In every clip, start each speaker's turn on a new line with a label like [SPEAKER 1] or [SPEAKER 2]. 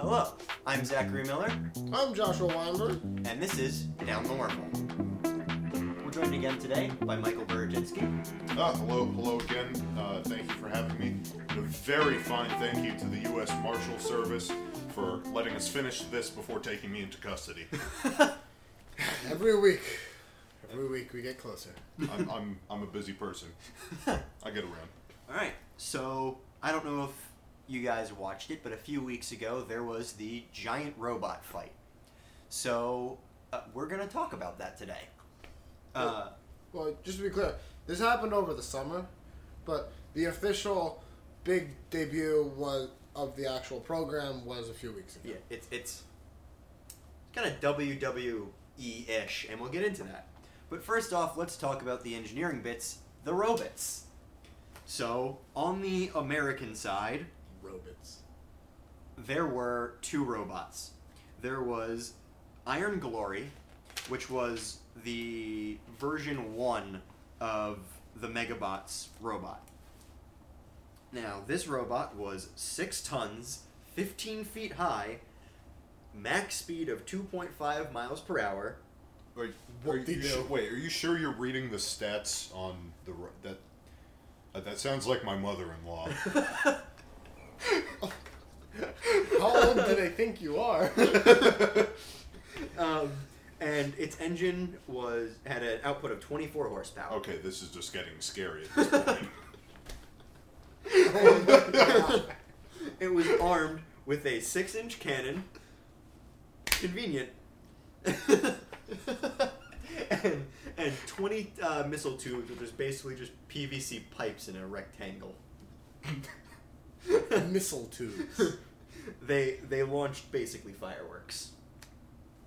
[SPEAKER 1] Hello, I'm Zachary Miller,
[SPEAKER 2] I'm Joshua Weinberg.
[SPEAKER 1] and this is Down the Wormhole. We're joined again today by Michael Borowiczynski.
[SPEAKER 3] Ah, hello, hello again. Uh, thank you for having me. And a very fine thank you to the U.S. Marshal Service for letting us finish this before taking me into custody.
[SPEAKER 2] Every week, every week we get closer.
[SPEAKER 3] I'm, I'm, I'm a busy person. I get around.
[SPEAKER 1] All right, so I don't know if you guys watched it, but a few weeks ago there was the giant robot fight. So uh, we're going to talk about that today. Uh,
[SPEAKER 2] Well, just to be clear, this happened over the summer, but the official big debut was of the actual program was a few weeks ago.
[SPEAKER 1] yeah, it's it's kind of WWE ish, and we'll get into that. But first off, let's talk about the engineering bits, the robots. So on the American side,
[SPEAKER 2] Robots.
[SPEAKER 1] there were two robots. There was Iron Glory, which was the version one of the Megabots robot. Now, this robot was six tons, 15 feet high, max speed of 2.5 miles per hour.
[SPEAKER 3] Are, are
[SPEAKER 2] What
[SPEAKER 3] you
[SPEAKER 2] the hell?
[SPEAKER 3] su- wait, are you sure you're reading the stats on the ro- that? Uh, that sounds like my mother-in-law.
[SPEAKER 2] How old do they think you are?
[SPEAKER 1] Um, and its engine was had an output of 24 horsepower.
[SPEAKER 3] okay, this is just getting scary. At this point.
[SPEAKER 1] It was armed with a six inch cannon. Convenient. and and 20 uh, missile tubes, which is basically just PVC pipes in a rectangle.
[SPEAKER 2] Missile tubes.
[SPEAKER 1] they they launched basically fireworks.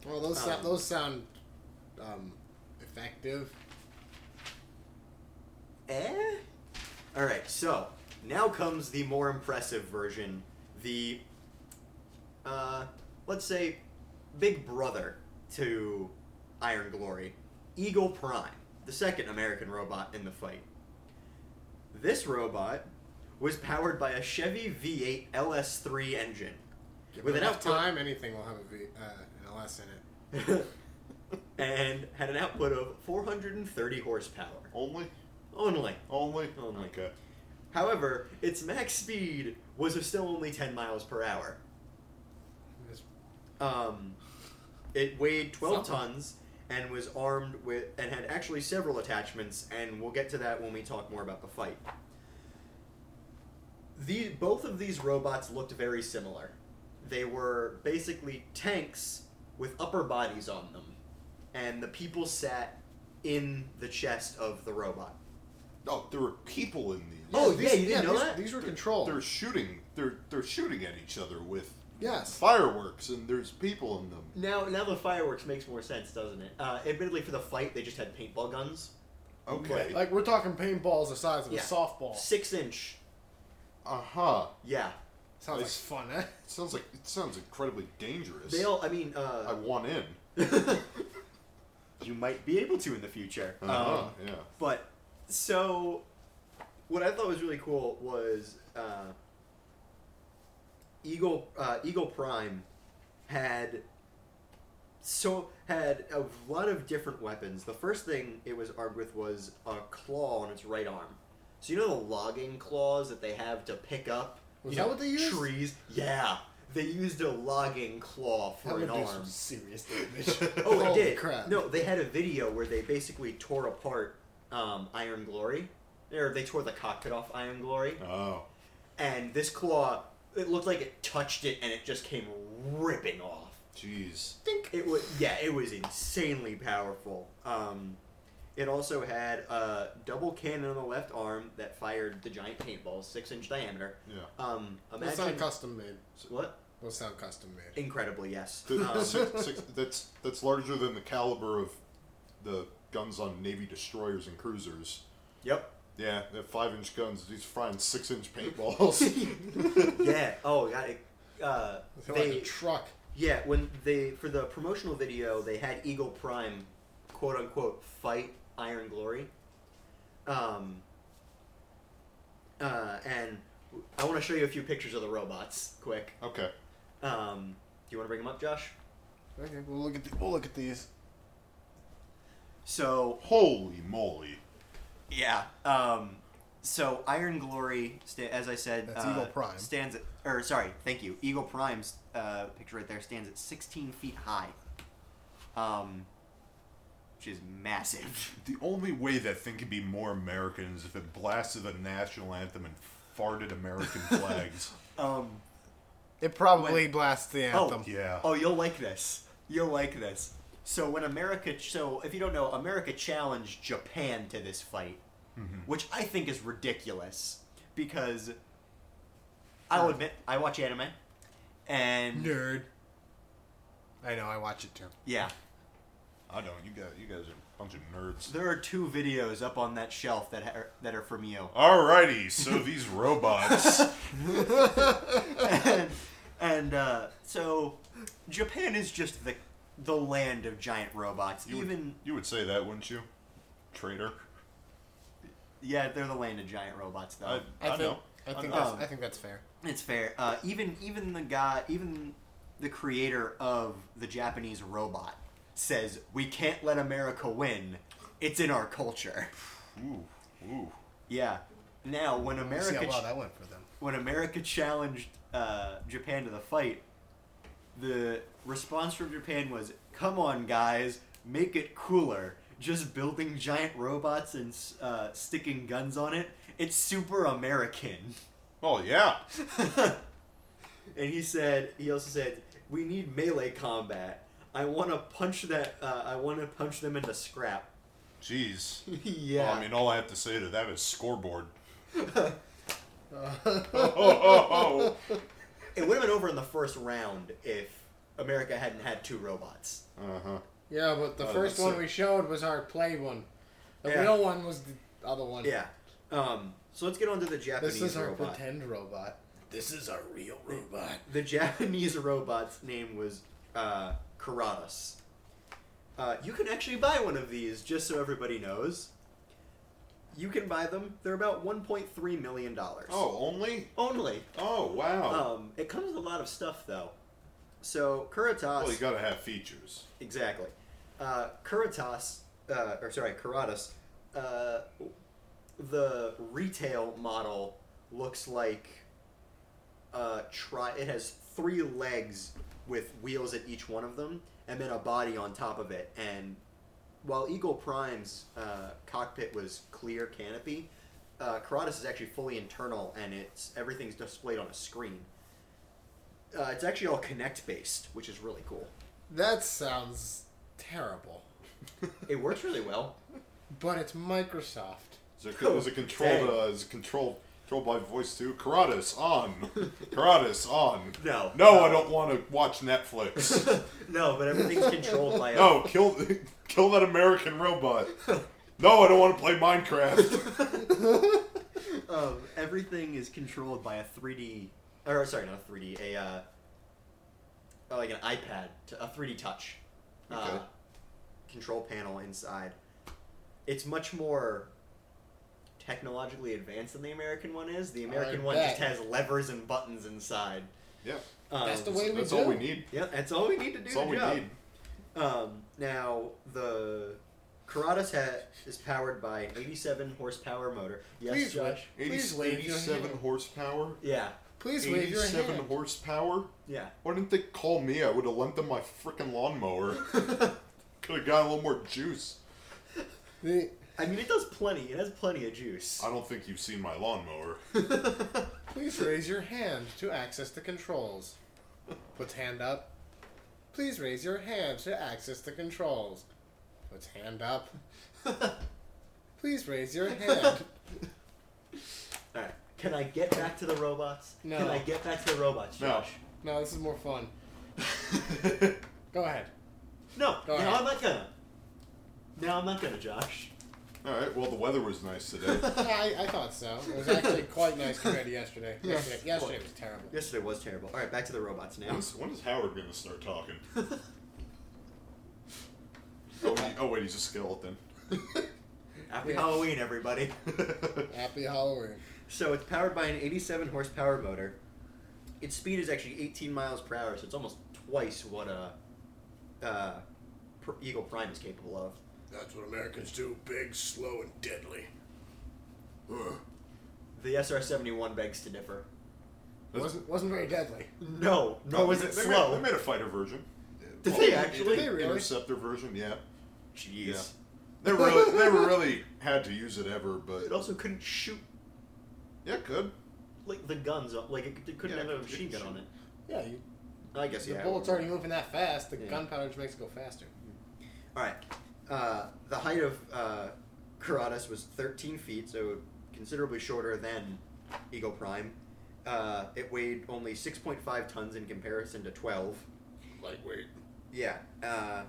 [SPEAKER 2] Well, those
[SPEAKER 1] Um,
[SPEAKER 2] sound, those sound um, effective.
[SPEAKER 1] Eh? Alright, so now comes the more impressive version. The, uh, let's say, big brother to Iron Glory, Eagle Prime, the second American robot in the fight. This robot was powered by a Chevy V8 LS3 engine.
[SPEAKER 2] Give
[SPEAKER 1] With
[SPEAKER 2] it
[SPEAKER 1] an
[SPEAKER 2] enough
[SPEAKER 1] output-
[SPEAKER 2] time, anything will have a v, uh, an LS in it.
[SPEAKER 1] and had an output of 430 horsepower.
[SPEAKER 3] only,
[SPEAKER 1] Only.
[SPEAKER 3] only,
[SPEAKER 1] Only.
[SPEAKER 3] Okay.
[SPEAKER 1] However, its max speed was still only 10 miles per hour.
[SPEAKER 2] It's
[SPEAKER 1] Um, it weighed 12
[SPEAKER 2] Something.
[SPEAKER 1] tons and was armed with and had actually several attachments and we'll get to that when we talk more about the fight. The both of these robots looked very similar. They were basically tanks with upper bodies on them and the people sat in the chest of the robot.
[SPEAKER 3] Oh, there were people in these.
[SPEAKER 1] Oh, yeah, you didn't know
[SPEAKER 2] these,
[SPEAKER 1] that?
[SPEAKER 2] These were controlled.
[SPEAKER 3] They're shooting. They're they're shooting at each other with
[SPEAKER 2] Yes.
[SPEAKER 3] fireworks, and there's people in them.
[SPEAKER 1] Now, now the fireworks makes more sense, doesn't it? Uh, admittedly, for the fight, they just had paintball guns,
[SPEAKER 3] Okay.
[SPEAKER 2] Like we're talking paintballs the size of
[SPEAKER 1] Yeah.
[SPEAKER 2] a softball.
[SPEAKER 1] six inch.
[SPEAKER 3] Uh huh.
[SPEAKER 1] Yeah,
[SPEAKER 2] Sounds like
[SPEAKER 3] Nice.
[SPEAKER 2] fun, eh?
[SPEAKER 3] Sounds like it sounds incredibly dangerous.
[SPEAKER 1] they all. I mean,
[SPEAKER 3] I
[SPEAKER 1] uh,
[SPEAKER 3] want in.
[SPEAKER 1] you might be able to in the future.
[SPEAKER 3] Uh-huh,
[SPEAKER 1] Um,
[SPEAKER 3] yeah.
[SPEAKER 1] But so, what I thought was really cool was uh, Eagle uh, Eagle Prime had so had a lot of different weapons. The first thing it was armed with was a claw on its right arm. So you know the logging claws that they have to pick up.
[SPEAKER 2] Was
[SPEAKER 1] you
[SPEAKER 2] that
[SPEAKER 1] know,
[SPEAKER 2] what they used?
[SPEAKER 1] Trees. Yeah, they used a logging claw for
[SPEAKER 2] That would
[SPEAKER 1] an
[SPEAKER 2] do
[SPEAKER 1] arm.
[SPEAKER 2] some serious damage.
[SPEAKER 1] Oh, they
[SPEAKER 2] Holy
[SPEAKER 1] did.
[SPEAKER 2] Crap.
[SPEAKER 1] No, they had a video where they basically tore apart um, Iron Glory, or they tore the cockpit off Iron Glory,
[SPEAKER 3] Oh.
[SPEAKER 1] and this claw, it looked like it touched it, and it just came ripping off.
[SPEAKER 3] Jeez.
[SPEAKER 1] It was yeah, it was insanely powerful. Um, it also had a double cannon on the left arm that fired the giant paintballs, six inch diameter.
[SPEAKER 3] Yeah.
[SPEAKER 1] Um,
[SPEAKER 2] Those
[SPEAKER 1] imagine
[SPEAKER 2] sound custom made.
[SPEAKER 1] what?
[SPEAKER 2] Those sound custom made.
[SPEAKER 1] Incredible, yes.
[SPEAKER 3] Th-
[SPEAKER 1] Um,
[SPEAKER 3] six- six- that's that's larger than the caliber of the guns on Navy destroyers and cruisers.
[SPEAKER 1] yep.
[SPEAKER 3] Yeah, they're five inch guns. These frying six inch paintballs.
[SPEAKER 1] Yeah. Oh, God. It, uh,
[SPEAKER 2] They're
[SPEAKER 1] they,
[SPEAKER 2] like a truck.
[SPEAKER 1] Yeah, when they for the promotional video, they had Eagle Prime, quote unquote, fight Iron Glory, um, uh, and I want to show you a few pictures of the robots, quick.
[SPEAKER 3] Okay.
[SPEAKER 1] Um, do you want to bring them up, Josh?
[SPEAKER 2] Okay, we'll look at the, we'll look at these.
[SPEAKER 1] So
[SPEAKER 3] Holy moly.
[SPEAKER 1] yeah, um, so Iron Glory, sta- as I said,
[SPEAKER 2] That's
[SPEAKER 1] uh,
[SPEAKER 2] Eagle Prime.
[SPEAKER 1] stands at, or sorry, thank you, Eagle Prime's uh, picture right there stands at 16 feet high, um, which is massive.
[SPEAKER 3] The only way that thing could be more American is if it blasted the national anthem and farted American flags.
[SPEAKER 1] Um,
[SPEAKER 2] It probably blasts the anthem.
[SPEAKER 1] Oh,
[SPEAKER 3] Yeah.
[SPEAKER 1] Oh, you'll like this. You'll like this. So when America, so if you don't know, America challenged Japan to this fight,
[SPEAKER 3] Mm-hmm.
[SPEAKER 1] which I think is ridiculous because I'll admit I watch anime, and
[SPEAKER 2] Nerd. I know. I watch it too.
[SPEAKER 1] yeah,
[SPEAKER 3] I don't. You guys, you guys are a bunch of nerds.
[SPEAKER 1] there are two videos up on that shelf that are that are from you,
[SPEAKER 3] Alrighty, so these robots.
[SPEAKER 1] and, and uh, so Japan is just the the land of giant robots.
[SPEAKER 3] You would,
[SPEAKER 1] Even
[SPEAKER 3] you would say that, wouldn't you? Traitor.
[SPEAKER 1] yeah, they're the land of giant robots though.
[SPEAKER 3] I, I,
[SPEAKER 2] I, think,
[SPEAKER 3] know.
[SPEAKER 2] I think
[SPEAKER 3] know.
[SPEAKER 2] that's,
[SPEAKER 1] Um,
[SPEAKER 2] I think that's fair.
[SPEAKER 1] It's fair. Uh, even even the guy, even the creator of the Japanese robot says we can't let America win. It's in our culture.
[SPEAKER 3] Ooh, ooh.
[SPEAKER 1] Yeah. Now when
[SPEAKER 2] Let's
[SPEAKER 1] America
[SPEAKER 2] see how well
[SPEAKER 1] ch-
[SPEAKER 2] that went for them.
[SPEAKER 1] when America challenged uh, Japan to the fight, the response from Japan was, "Come on, guys, make it cooler. Just building giant robots and uh, sticking guns on it. It's super American."
[SPEAKER 3] Oh yeah.
[SPEAKER 1] and he said he also said we need melee combat i want to punch that uh, i want to punch them into scrap
[SPEAKER 3] Jeez.
[SPEAKER 1] yeah
[SPEAKER 3] Well, I mean, all I have to say to that is scoreboard. Oh,
[SPEAKER 1] it would have been over in the first round if america hadn't had two robots
[SPEAKER 3] Uh huh.
[SPEAKER 2] Yeah, but the
[SPEAKER 3] Oh,
[SPEAKER 2] first
[SPEAKER 3] that's
[SPEAKER 2] one
[SPEAKER 3] it.
[SPEAKER 2] we showed was our play one. The
[SPEAKER 1] Yeah.
[SPEAKER 2] real one was the other one.
[SPEAKER 1] yeah um, so let's get on to the japanese
[SPEAKER 2] This is our
[SPEAKER 1] robot
[SPEAKER 2] pretend robot. This is our real robot.
[SPEAKER 1] the japanese robot's name was uh, karatas uh, you can actually buy one of these just so everybody knows you can buy them they're about 1.3 million dollars
[SPEAKER 3] Oh, only?
[SPEAKER 1] only
[SPEAKER 3] Oh, wow.
[SPEAKER 1] Um, it comes with a lot of stuff, though. So Kuritas,
[SPEAKER 3] well, you gotta have features.
[SPEAKER 1] exactly. Uh, Kuritas, uh, or sorry, Karatas. Uh, the retail model looks like uh, tri- It has three legs with wheels at each one of them, and then a body on top of it. And while Eagle Prime's uh, cockpit was clear canopy, uh, Karatas is actually fully internal, and it's everything's displayed on a screen. Uh, it's actually all Connect based, which is really cool.
[SPEAKER 2] That sounds terrible,
[SPEAKER 1] It works really well.
[SPEAKER 2] but it's Microsoft.
[SPEAKER 3] Is it, is it controlled? Uh, is it controlled? Controlled by voice too. Karatis on. Karatis on.
[SPEAKER 1] No.
[SPEAKER 3] No, I don't want to watch Netflix.
[SPEAKER 1] No, but everything's controlled by a
[SPEAKER 3] no, kill, kill that American robot. No, I don't want to play Minecraft.
[SPEAKER 1] um, everything is controlled by a 3D or sorry, not a 3D, a uh, uh, like an iPad, t- a 3D touch uh,
[SPEAKER 3] Okay.
[SPEAKER 1] control panel inside. It's much more technologically advanced than the American one is. The American one just
[SPEAKER 2] bet.
[SPEAKER 1] has levers and buttons inside.
[SPEAKER 3] Yeah,
[SPEAKER 1] Um,
[SPEAKER 2] That's the way we
[SPEAKER 3] that's
[SPEAKER 2] do.
[SPEAKER 3] all we need.
[SPEAKER 1] Yeah, that's all we need to do.
[SPEAKER 3] That's
[SPEAKER 1] the
[SPEAKER 3] all we
[SPEAKER 1] job.
[SPEAKER 3] need.
[SPEAKER 1] Um, now the Karatas hat is powered by an 87 horsepower motor. Yes,
[SPEAKER 2] Please,
[SPEAKER 1] Josh.
[SPEAKER 2] wave- please
[SPEAKER 3] 80-
[SPEAKER 2] wave your
[SPEAKER 3] 87
[SPEAKER 2] hand.
[SPEAKER 3] horsepower.
[SPEAKER 1] Yeah,
[SPEAKER 2] Please wave your
[SPEAKER 3] 87
[SPEAKER 2] hand.
[SPEAKER 3] horsepower.
[SPEAKER 1] yeah.
[SPEAKER 3] Why didn't they call me? I would have lent them my frickin' lawnmower. Could have got a little more juice.
[SPEAKER 2] The-
[SPEAKER 1] I mean, it does plenty. It has plenty of juice.
[SPEAKER 3] I don't think you've seen my lawnmower.
[SPEAKER 2] Please raise your hand to access the controls. Puts hand up. Please raise your hand to access the controls. Puts hand up. Please raise your hand.
[SPEAKER 1] All right. Can I get back to the robots?
[SPEAKER 2] No.
[SPEAKER 1] Can I get back to the robots,
[SPEAKER 3] No.
[SPEAKER 1] Josh?
[SPEAKER 2] No, this is more fun. Go ahead.
[SPEAKER 1] No.
[SPEAKER 2] Go
[SPEAKER 1] now
[SPEAKER 2] ahead.
[SPEAKER 1] I'm not gonna. Now I'm not gonna, Josh.
[SPEAKER 3] All right. Well, the weather was nice today.
[SPEAKER 2] I, I thought so. It was actually quite nice compared to yesterday.
[SPEAKER 1] Yeah.
[SPEAKER 2] Yesterday, yesterday was terrible.
[SPEAKER 1] Yesterday was terrible. All right, back to the robots now.
[SPEAKER 3] When's, when is Howard gonna start talking? oh, wait, oh wait, he's a skeleton.
[SPEAKER 1] Happy
[SPEAKER 2] Yeah.
[SPEAKER 1] Halloween, everybody.
[SPEAKER 2] Happy Halloween.
[SPEAKER 1] so it's powered by an 87 horsepower motor. Its speed is actually 18 miles per hour, so it's almost twice what a uh, Pr- Eagle Prime is capable of.
[SPEAKER 4] That's what Americans do big, slow, and deadly. Ugh.
[SPEAKER 1] The SR-71 begs to differ.
[SPEAKER 2] Wasn't wasn't very deadly.
[SPEAKER 1] No, nor was it
[SPEAKER 3] they
[SPEAKER 1] slow.
[SPEAKER 3] Made, they made a fighter version.
[SPEAKER 1] Did
[SPEAKER 3] Well,
[SPEAKER 1] they actually?
[SPEAKER 2] Did they really?
[SPEAKER 3] Interceptor version, yeah.
[SPEAKER 1] Jeez.
[SPEAKER 3] Yeah. They really, they really had to use it ever,
[SPEAKER 1] It
[SPEAKER 3] but
[SPEAKER 1] also couldn't shoot
[SPEAKER 3] yeah, good.
[SPEAKER 1] like the guns. up- Like it, it couldn't
[SPEAKER 3] Yeah,
[SPEAKER 1] have a
[SPEAKER 3] it
[SPEAKER 1] machine gun
[SPEAKER 3] couldn't
[SPEAKER 1] on it.
[SPEAKER 2] Yeah, you,
[SPEAKER 1] I guess
[SPEAKER 2] the
[SPEAKER 1] yeah.
[SPEAKER 2] bullets aren't moving that fast. The
[SPEAKER 1] Yeah.
[SPEAKER 2] gunpowder just makes it go faster.
[SPEAKER 1] All right. Uh, the height of uh, Karadas was 13 feet, so considerably shorter than Eagle Prime. Uh, it weighed only 6.5 tons in comparison to 12.
[SPEAKER 4] Lightweight.
[SPEAKER 1] Yeah. Uh,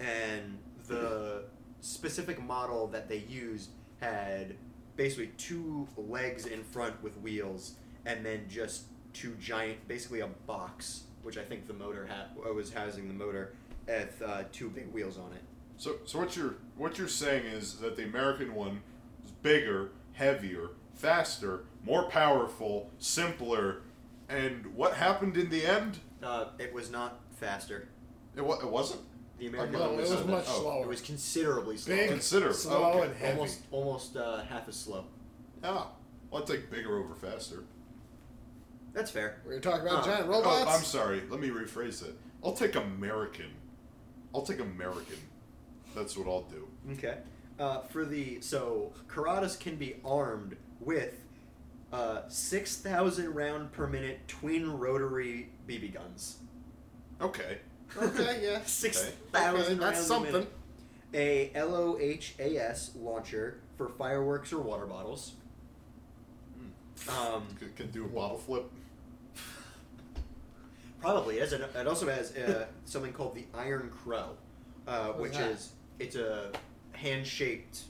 [SPEAKER 1] and the specific model that they used had basically two legs in front with wheels, and then just two giant, basically a box, which I think the motor ha- was housing the motor, with uh, two big wheels on it.
[SPEAKER 3] So, so what you're what you're saying is that the American one is bigger, heavier, faster, more powerful, simpler, and what happened in the end?
[SPEAKER 1] Uh, it was not faster.
[SPEAKER 3] It, wa- it wasn't.
[SPEAKER 1] The American
[SPEAKER 2] no,
[SPEAKER 1] one
[SPEAKER 2] it
[SPEAKER 1] was,
[SPEAKER 2] was
[SPEAKER 1] uh,
[SPEAKER 2] much
[SPEAKER 3] oh,
[SPEAKER 2] slower.
[SPEAKER 1] it was considerably slower.
[SPEAKER 2] big,
[SPEAKER 3] Consider-
[SPEAKER 2] slow,
[SPEAKER 3] okay,
[SPEAKER 2] and heavy.
[SPEAKER 1] almost almost uh, half as slow.
[SPEAKER 3] Ah, well, I'll take bigger over faster.
[SPEAKER 1] That's fair.
[SPEAKER 2] We were talking about
[SPEAKER 1] Oh.
[SPEAKER 2] giant
[SPEAKER 3] Oh,
[SPEAKER 2] robots.
[SPEAKER 3] I'm sorry. Let me rephrase it. I'll take American. I'll take American. That's what I'll do.
[SPEAKER 1] Okay. Uh, for the so Karadas can be armed with uh, six thousand round per minute twin rotary BB guns.
[SPEAKER 3] Okay.
[SPEAKER 2] Okay, yeah.
[SPEAKER 1] Six
[SPEAKER 2] Okay,
[SPEAKER 1] thousand.
[SPEAKER 2] that's
[SPEAKER 1] rounds
[SPEAKER 2] something.
[SPEAKER 1] A, minute. a LOHAS launcher for fireworks or water bottles. Um,
[SPEAKER 3] Can, can do a bottle flip.
[SPEAKER 1] Probably is. and It also has uh, something called the Iron Crow, uh,
[SPEAKER 2] What is
[SPEAKER 1] which
[SPEAKER 2] that?
[SPEAKER 1] is it's a hand shaped.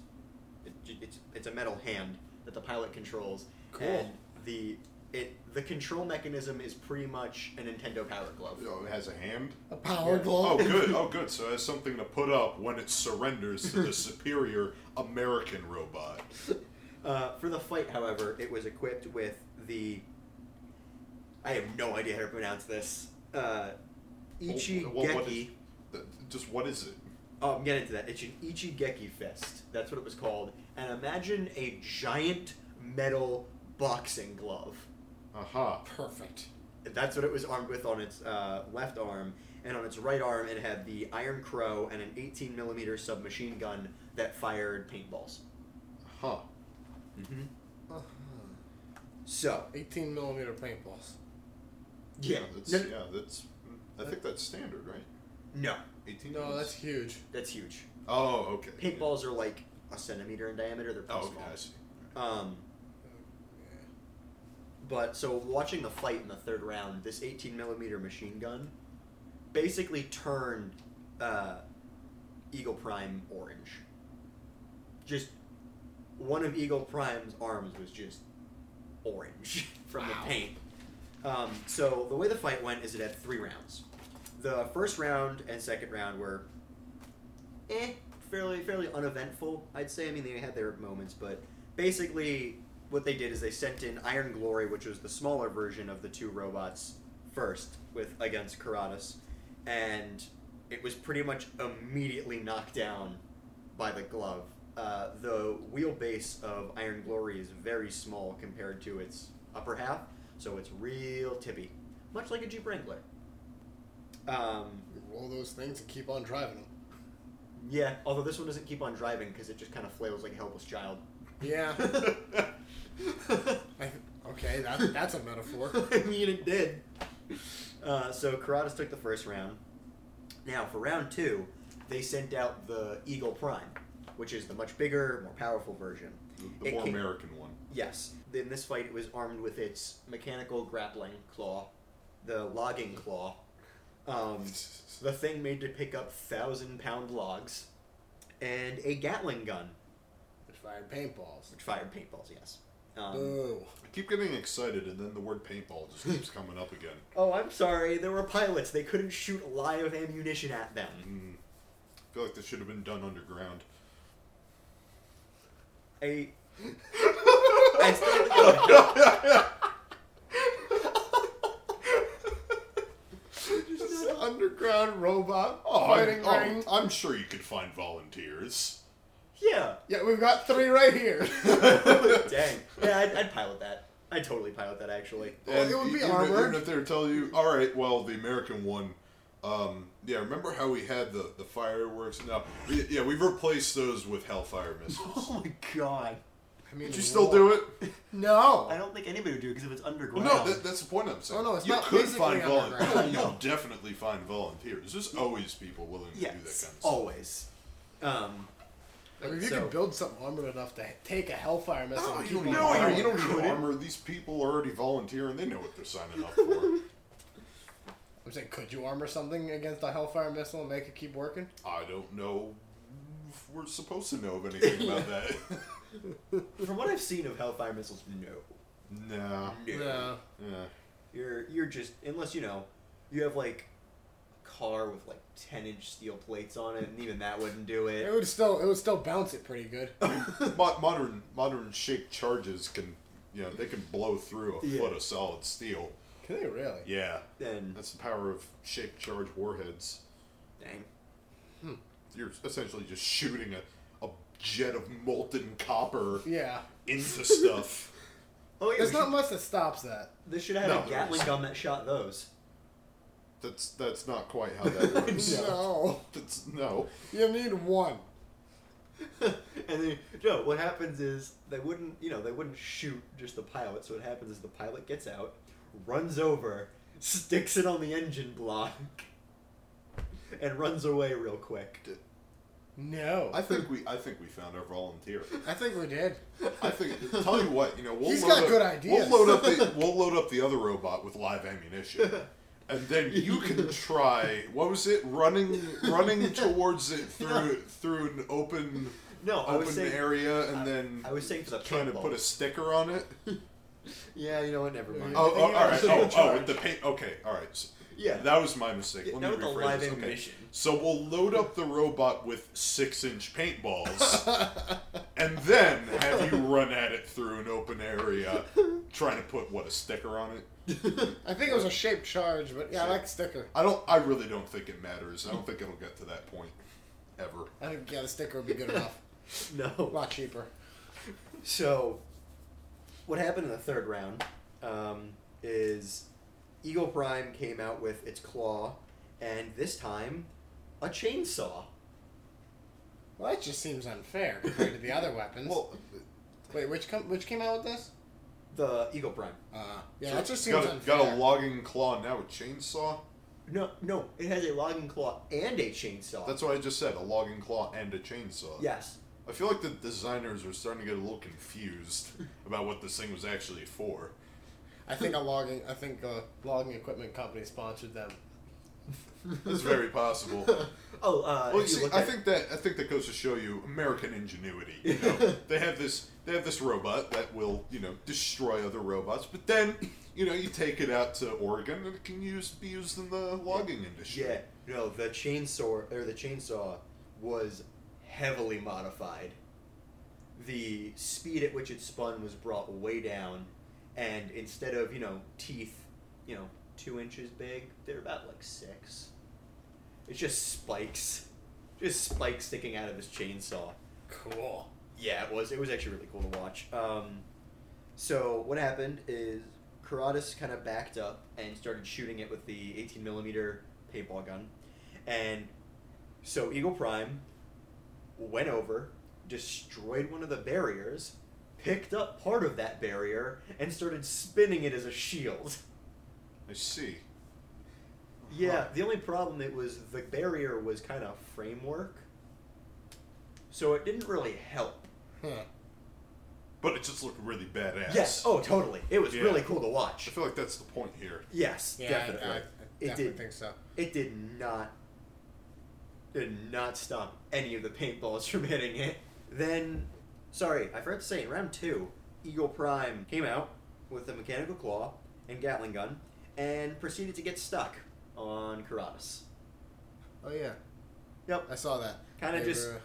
[SPEAKER 1] It, it's it's a metal hand that the pilot controls,
[SPEAKER 2] Cool.
[SPEAKER 1] and the it the control mechanism is pretty much a Nintendo Power Glove.
[SPEAKER 3] Oh, it has a hand.
[SPEAKER 2] A power
[SPEAKER 1] Yeah.
[SPEAKER 3] Oh,
[SPEAKER 2] glove.
[SPEAKER 3] good. Oh, good. So it has something to put up when it surrenders to the superior American robot.
[SPEAKER 1] Uh, for the fight, however, it was equipped with the. I have no idea how to pronounce this. Uh,
[SPEAKER 2] Oh,
[SPEAKER 1] Ichigeki.
[SPEAKER 3] Well, well, what is- th- just what is it?
[SPEAKER 1] Oh, I'm getting to that. It's an Ichigeki fist. That's what it was called. And imagine a giant metal boxing glove.
[SPEAKER 3] Aha.
[SPEAKER 2] Perfect.
[SPEAKER 1] That's what it was armed with on its uh, left arm, and on its right arm, it had the Iron Crow and an 18 millimeter submachine gun that fired paintballs.
[SPEAKER 3] Huh.
[SPEAKER 1] Mm-hmm.
[SPEAKER 2] Uh-huh.
[SPEAKER 1] So
[SPEAKER 2] 18 millimeter paintballs.
[SPEAKER 1] yeah,
[SPEAKER 3] That's,
[SPEAKER 1] no,
[SPEAKER 3] yeah. That's. I think that's standard, right?
[SPEAKER 1] no,
[SPEAKER 3] Eighteen.
[SPEAKER 2] No,
[SPEAKER 3] is-
[SPEAKER 2] that's huge.
[SPEAKER 1] that's huge.
[SPEAKER 3] Oh, okay.
[SPEAKER 1] Paintballs are like a centimeter in diameter. They're
[SPEAKER 3] Oh,
[SPEAKER 1] pretty
[SPEAKER 3] okay. I see.
[SPEAKER 1] small. Um, But so watching the fight in the third round, this 18 millimeter machine gun basically turned uh, Eagle Prime orange. Just one of Eagle Prime's arms was just orange from
[SPEAKER 2] Wow.
[SPEAKER 1] the paint. Um, so the way the fight went is it had three rounds. The first round and second round were eh, fairly fairly uneventful, I'd say. I mean, they had their moments, but basically, what they did is they sent in Iron Glory, which was the smaller version of the two robots, first with against Karadas, and it was pretty much immediately knocked down by the glove. Uh, the wheelbase of Iron Glory is very small compared to its upper half, so it's real tippy, much like a Jeep Wrangler. Um,
[SPEAKER 2] You roll those things and keep on driving them.
[SPEAKER 1] yeah, although this one doesn't keep on driving because it just kind of flails like a helpless child.
[SPEAKER 2] Yeah. I, okay, that, that's a metaphor.
[SPEAKER 1] I mean, it did. Uh, so Karadas took the first round. Now, for round two, they sent out the Eagle Prime, which is the much bigger, more powerful version.
[SPEAKER 3] The, the
[SPEAKER 1] It
[SPEAKER 3] more
[SPEAKER 1] can-
[SPEAKER 3] American one.
[SPEAKER 1] Yes. In this fight, it was armed with its mechanical grappling claw, the logging claw. Um, the thing made to pick up thousand pound logs, and a Gatling gun,
[SPEAKER 2] Which fired paintballs.
[SPEAKER 1] which fired paintballs, yes. Um,
[SPEAKER 2] Boo.
[SPEAKER 3] I keep getting excited, and then the word paintball just keeps coming up again.
[SPEAKER 1] oh, I'm sorry, there were pilots. They couldn't shoot live ammunition at them.
[SPEAKER 3] Mm. I feel like this should have been done underground.
[SPEAKER 1] a. I still have to go.
[SPEAKER 2] Just an underground robot
[SPEAKER 3] Oh,
[SPEAKER 2] fighting
[SPEAKER 3] I'm, oh,
[SPEAKER 2] ring.
[SPEAKER 3] I'm sure you could find volunteers.
[SPEAKER 1] Yeah.
[SPEAKER 2] Yeah, we've got three right here.
[SPEAKER 1] Dang. Yeah, I'd, I'd pilot that. I'd totally pilot that actually.
[SPEAKER 2] Well, it would be
[SPEAKER 3] e- even,
[SPEAKER 2] armored.
[SPEAKER 3] Even if they were telling you, all right, well, the American one, um, yeah, remember how we had the, the fireworks? No, we, yeah, we've replaced those with Hellfire missiles.
[SPEAKER 1] Oh my god.
[SPEAKER 2] I mean,
[SPEAKER 3] Would you still do it?
[SPEAKER 2] No.
[SPEAKER 1] I don't think anybody would do it because if it's
[SPEAKER 3] Well,
[SPEAKER 1] underground.
[SPEAKER 3] no, that, that's the point I'm saying.
[SPEAKER 2] Oh, no, it's
[SPEAKER 3] you
[SPEAKER 2] not
[SPEAKER 3] could
[SPEAKER 2] physically
[SPEAKER 3] find
[SPEAKER 2] underground.
[SPEAKER 3] volunteers. You'll definitely find volunteers. There's always people willing to
[SPEAKER 1] yes,
[SPEAKER 3] do that kind of stuff.
[SPEAKER 2] Oh,
[SPEAKER 1] always. Um,
[SPEAKER 2] I mean, if you
[SPEAKER 1] So-
[SPEAKER 2] can build something armored enough to take a Hellfire missile
[SPEAKER 3] No,
[SPEAKER 2] and
[SPEAKER 3] Oh, you
[SPEAKER 2] keep
[SPEAKER 3] don't,
[SPEAKER 2] it
[SPEAKER 3] no,
[SPEAKER 2] on
[SPEAKER 3] you
[SPEAKER 2] fire.
[SPEAKER 3] don't need armor. These people are already volunteering. They know what they're signing up for.
[SPEAKER 2] I'm saying, could you armor something against a Hellfire missile and make it keep working?
[SPEAKER 3] I don't know if we're supposed to know of anything about that.
[SPEAKER 1] from what I've seen of Hellfire missiles, no.
[SPEAKER 3] nah.
[SPEAKER 2] No.
[SPEAKER 3] Yeah.
[SPEAKER 1] You're you're just unless you know, you have like a car with like ten inch steel plates on it, and even that wouldn't do
[SPEAKER 2] It
[SPEAKER 1] it.
[SPEAKER 2] would still, it would still bounce it pretty good.
[SPEAKER 3] Mo- modern modern shaped charges can, you know, they can blow through a
[SPEAKER 1] Yeah.
[SPEAKER 3] foot of solid steel.
[SPEAKER 2] Can they really?
[SPEAKER 3] Yeah.
[SPEAKER 1] Then
[SPEAKER 3] That's the power of shaped charge warheads.
[SPEAKER 1] dang.
[SPEAKER 3] You're essentially just shooting a, a jet of molten copper
[SPEAKER 2] Yeah.
[SPEAKER 3] into stuff.
[SPEAKER 1] Oh yeah, we
[SPEAKER 2] There's not
[SPEAKER 1] should-
[SPEAKER 2] much that stops that.
[SPEAKER 1] this should have
[SPEAKER 3] No,
[SPEAKER 1] a
[SPEAKER 3] there
[SPEAKER 1] Gatling
[SPEAKER 3] is.
[SPEAKER 1] gun that shot those.
[SPEAKER 3] That's that's not quite how that works.
[SPEAKER 2] No.
[SPEAKER 3] That's no.
[SPEAKER 2] You need one.
[SPEAKER 1] and then no, what happens is they wouldn't you know they wouldn't shoot just the pilot. So what happens is the pilot gets out, runs over, sticks it on the engine block, and runs away real quick.
[SPEAKER 2] No.
[SPEAKER 3] I think we I think we found our volunteer.
[SPEAKER 2] I think we did.
[SPEAKER 3] I think tell you what, you know, we'll
[SPEAKER 2] He's
[SPEAKER 3] load
[SPEAKER 2] got
[SPEAKER 3] up,
[SPEAKER 2] good ideas.
[SPEAKER 3] We'll load up the we'll load up the other robot with live ammunition. And then you can try what was it? Running running towards it through through an open
[SPEAKER 1] No, I
[SPEAKER 3] open
[SPEAKER 1] was saying
[SPEAKER 3] area and then
[SPEAKER 1] I was saying for the
[SPEAKER 3] trying to
[SPEAKER 1] paintball.
[SPEAKER 3] put a sticker on it.
[SPEAKER 1] Yeah, you know what? Never mind.
[SPEAKER 2] mind.
[SPEAKER 3] Oh,
[SPEAKER 2] think
[SPEAKER 3] oh all
[SPEAKER 2] I
[SPEAKER 3] right.
[SPEAKER 2] was saying
[SPEAKER 3] Oh, oh,
[SPEAKER 2] charge.
[SPEAKER 3] the paint. Okay, all right. So
[SPEAKER 1] Yeah.
[SPEAKER 3] that was my mistake.
[SPEAKER 1] Yeah,
[SPEAKER 3] Let
[SPEAKER 1] now
[SPEAKER 3] me
[SPEAKER 1] with the
[SPEAKER 3] rephrase
[SPEAKER 1] live
[SPEAKER 3] this. Okay.
[SPEAKER 1] ammunition.
[SPEAKER 3] So we'll load up the robot with six-inch paintballs, and then have you run at it through an open area, trying to put what a sticker on it.
[SPEAKER 2] I think it was a shaped charge, but yeah, I
[SPEAKER 3] Shape.
[SPEAKER 2] like sticker.
[SPEAKER 3] I don't. I really don't think it matters. I don't think it'll get to that point ever.
[SPEAKER 2] I think yeah, the sticker would be good enough. A
[SPEAKER 1] No.
[SPEAKER 2] lot cheaper.
[SPEAKER 1] So, what happened in the third round um, is Eagle Prime came out with its claw, and this time, a chainsaw.
[SPEAKER 2] Well, that just seems unfair compared to the other weapons.
[SPEAKER 3] Well,
[SPEAKER 2] Wait, which com- which came out with this?
[SPEAKER 1] The Eagle Prime.
[SPEAKER 2] Uh, yeah, that just seems
[SPEAKER 3] got a,
[SPEAKER 2] unfair.
[SPEAKER 3] got a logging claw now with chainsaw.
[SPEAKER 1] No, no, it has a logging claw and a chainsaw.
[SPEAKER 3] That's what I just said. A logging claw and a chainsaw.
[SPEAKER 1] yes.
[SPEAKER 3] I feel like the designers are starting to get a little confused about what this thing was actually for.
[SPEAKER 2] I think a logging I think a logging equipment company sponsored them.
[SPEAKER 3] It's very possible.
[SPEAKER 1] Oh, uh,
[SPEAKER 3] Well, you
[SPEAKER 1] if you
[SPEAKER 3] see,
[SPEAKER 1] look
[SPEAKER 3] I
[SPEAKER 1] at-
[SPEAKER 3] think that I think that goes to show you American ingenuity. You know, they have this they have this robot that will you know destroy other robots, but then you know you take it out to Oregon and it can use be used in the logging industry.
[SPEAKER 1] Yeah, no, the chainsaw or the chainsaw was heavily modified. The speed at which it spun was brought way down, and instead of you know teeth, you know two inches big, they're about like six. It's just spikes, just spikes sticking out of this chainsaw.
[SPEAKER 2] Cool.
[SPEAKER 1] Yeah, it was. It was actually really cool to watch. Um, so what happened is Karatis kind of backed up and started shooting it with the 18 millimeter paintball gun, and so Eagle Prime went over, destroyed one of the barriers, picked up part of that barrier, and started spinning it as a shield.
[SPEAKER 3] I see.
[SPEAKER 1] Yeah, the only problem it was the barrier was kind of framework, so it didn't really help.
[SPEAKER 2] Huh.
[SPEAKER 3] But it just looked really badass.
[SPEAKER 1] Yes. Oh, totally. It was
[SPEAKER 3] Yeah.
[SPEAKER 1] really cool to
[SPEAKER 3] I
[SPEAKER 1] watch.
[SPEAKER 3] feel like that's the point here.
[SPEAKER 1] Yes,
[SPEAKER 2] Yeah,
[SPEAKER 1] definitely.
[SPEAKER 2] I, I, I
[SPEAKER 1] it
[SPEAKER 2] definitely
[SPEAKER 1] did.
[SPEAKER 2] think so.
[SPEAKER 1] It did not. Did not stop any of the paintballs from hitting it. Then, sorry, I forgot to say, in round two, Eagle Prime came out with a mechanical claw and Gatling gun and proceeded to get stuck on Karatis.
[SPEAKER 2] Oh yeah,
[SPEAKER 1] Yep.
[SPEAKER 2] I saw that.
[SPEAKER 1] Kinda
[SPEAKER 2] They
[SPEAKER 1] just-
[SPEAKER 2] were-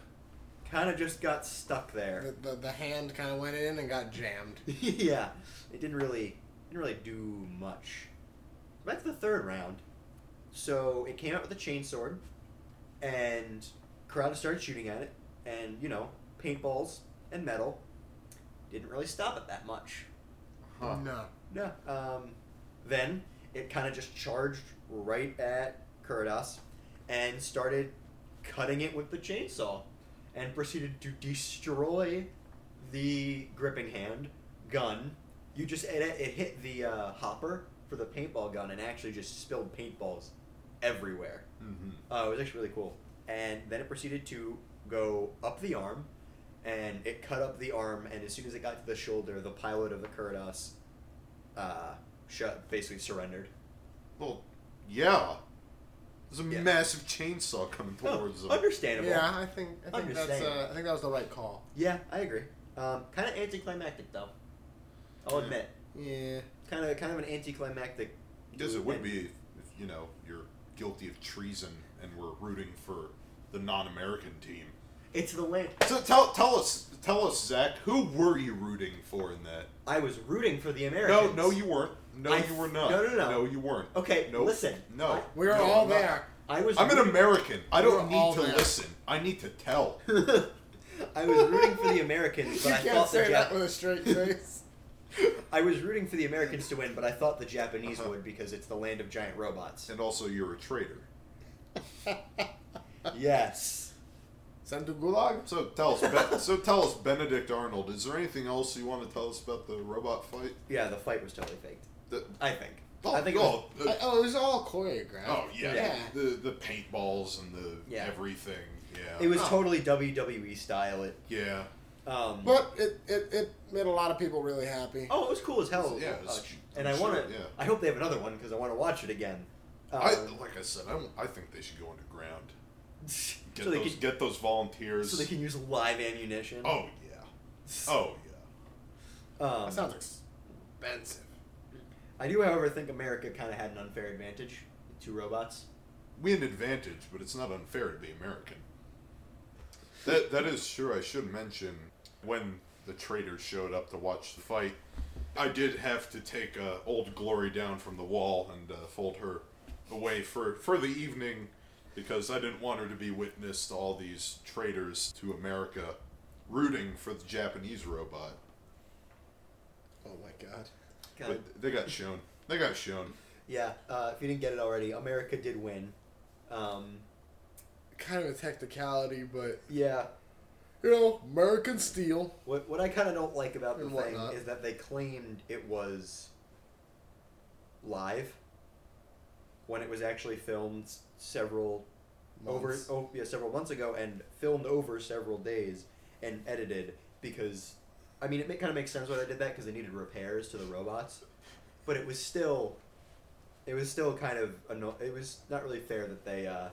[SPEAKER 1] kind of just got stuck there.
[SPEAKER 2] The, the, the hand kind of went in and got jammed.
[SPEAKER 1] yeah, it didn't really didn't really do much. Back to the third round. So it came out with a chainsword, and crowd started shooting at it, and you know paintballs and metal didn't really stop it that much.
[SPEAKER 3] Huh.
[SPEAKER 2] No.
[SPEAKER 1] No. Um, then it kind of just charged right at Kurdas and started cutting it with the chainsaw and proceeded to destroy the gripping hand gun. You just it, it hit the uh, hopper for the paintball gun and actually just spilled paintballs everywhere.
[SPEAKER 3] Mm-hmm.
[SPEAKER 1] Uh, it was actually really cool. And then it proceeded to go up the arm, and it cut up the arm. And as soon as it got to the shoulder, the pilot of the Kurdas uh, shut, basically surrendered.
[SPEAKER 3] Well, yeah. There's a
[SPEAKER 1] Yeah.
[SPEAKER 3] massive chainsaw coming towards
[SPEAKER 1] Oh,
[SPEAKER 3] them.
[SPEAKER 1] understandable.
[SPEAKER 2] Yeah, I think I think that's
[SPEAKER 1] Understand.
[SPEAKER 2] uh, I think that was the right call.
[SPEAKER 1] Yeah, I agree. Um, kind of anticlimactic, though. I'll
[SPEAKER 3] Yeah.
[SPEAKER 1] admit,
[SPEAKER 2] Yeah.
[SPEAKER 1] kind of kind of an anticlimactic.
[SPEAKER 3] Because it would
[SPEAKER 1] and-
[SPEAKER 3] be, if, you know, you're guilty of treason and we're rooting for the non-American team.
[SPEAKER 1] It's the land.
[SPEAKER 3] So tell tell us tell us Zach, who were you rooting for in that?
[SPEAKER 1] I was rooting for the
[SPEAKER 3] No,
[SPEAKER 1] Americans.
[SPEAKER 3] no, you weren't. No,
[SPEAKER 1] I-
[SPEAKER 3] you were not.
[SPEAKER 1] no, no, no.
[SPEAKER 3] No, you weren't.
[SPEAKER 1] Okay,
[SPEAKER 3] Nope.
[SPEAKER 1] listen.
[SPEAKER 3] No,
[SPEAKER 2] We were
[SPEAKER 3] No,
[SPEAKER 2] all
[SPEAKER 3] I'm not.
[SPEAKER 2] there.
[SPEAKER 1] I was.
[SPEAKER 3] I'm an
[SPEAKER 1] rooting-
[SPEAKER 3] American. I
[SPEAKER 2] We were
[SPEAKER 3] don't
[SPEAKER 2] all
[SPEAKER 3] need to
[SPEAKER 2] there.
[SPEAKER 3] listen. I need to tell.
[SPEAKER 1] I was rooting for the Americans, but
[SPEAKER 2] you
[SPEAKER 1] I
[SPEAKER 2] can't
[SPEAKER 1] thought the
[SPEAKER 2] say that
[SPEAKER 1] Jap-
[SPEAKER 2] with a straight face.
[SPEAKER 1] I was rooting for the Americans to win, but I thought the Japanese
[SPEAKER 3] Uh-huh.
[SPEAKER 1] would because it's the land of giant robots.
[SPEAKER 3] and also, you're a traitor.
[SPEAKER 1] yes.
[SPEAKER 2] Send to gulag.
[SPEAKER 3] So tell us. Ben- so tell us, Benedict Arnold. Is there anything else you want to tell us about the robot fight?
[SPEAKER 1] Yeah, the fight was totally faked.
[SPEAKER 3] The-
[SPEAKER 1] I think.
[SPEAKER 3] oh,
[SPEAKER 1] I think. it was-
[SPEAKER 3] oh,
[SPEAKER 2] I-
[SPEAKER 3] the-
[SPEAKER 2] oh, it was all choreographed.
[SPEAKER 3] oh, yeah.
[SPEAKER 2] Yeah.
[SPEAKER 3] The the paintballs and the
[SPEAKER 1] Yeah.
[SPEAKER 3] everything. Yeah.
[SPEAKER 1] It was
[SPEAKER 2] Oh.
[SPEAKER 1] totally WWE style. It.
[SPEAKER 3] yeah.
[SPEAKER 1] Um,
[SPEAKER 2] But it, it, it made a lot of people really happy.
[SPEAKER 1] oh, it was cool as hell.
[SPEAKER 3] Yeah, it was-
[SPEAKER 1] Uh, and
[SPEAKER 3] I'm
[SPEAKER 1] I want to.
[SPEAKER 3] sure, yeah.
[SPEAKER 1] I hope they have another one because I want to watch it again. Um,
[SPEAKER 3] I, like I said, I, I think they should go underground. Get
[SPEAKER 1] so they
[SPEAKER 3] those
[SPEAKER 1] can.
[SPEAKER 3] get those volunteers.
[SPEAKER 1] So they can use live ammunition.
[SPEAKER 3] oh yeah. Oh yeah.
[SPEAKER 1] Um,
[SPEAKER 2] That sounds expensive.
[SPEAKER 1] I do, however, think America kind of had an unfair advantage. with Two robots.
[SPEAKER 3] We had an advantage, but it's not unfair to be American. That that is sure. I should mention when the traitors showed up to watch the fight, I did have to take uh, old Glory down from the wall and uh, fold her away for for the evening because I didn't want her to be witness to all these traitors to America rooting for the Japanese robot.
[SPEAKER 2] Oh my god.
[SPEAKER 1] Kind of,
[SPEAKER 3] But they got shown. They got shown.
[SPEAKER 1] yeah. Uh, if you didn't get it already, America did win. Um,
[SPEAKER 2] Kind of a technicality, but
[SPEAKER 1] yeah.
[SPEAKER 2] you know, American steel.
[SPEAKER 1] What what I kind of don't like about the
[SPEAKER 2] And
[SPEAKER 1] thing
[SPEAKER 2] whatnot.
[SPEAKER 1] is that they claimed it was live when it was actually filmed several
[SPEAKER 2] Months.
[SPEAKER 1] over oh, yeah several months ago and filmed over several days and edited because I mean it kind of makes sense why they did that because they needed repairs to the robots, but it was still it was still kind of anno- it was not really fair that they uh,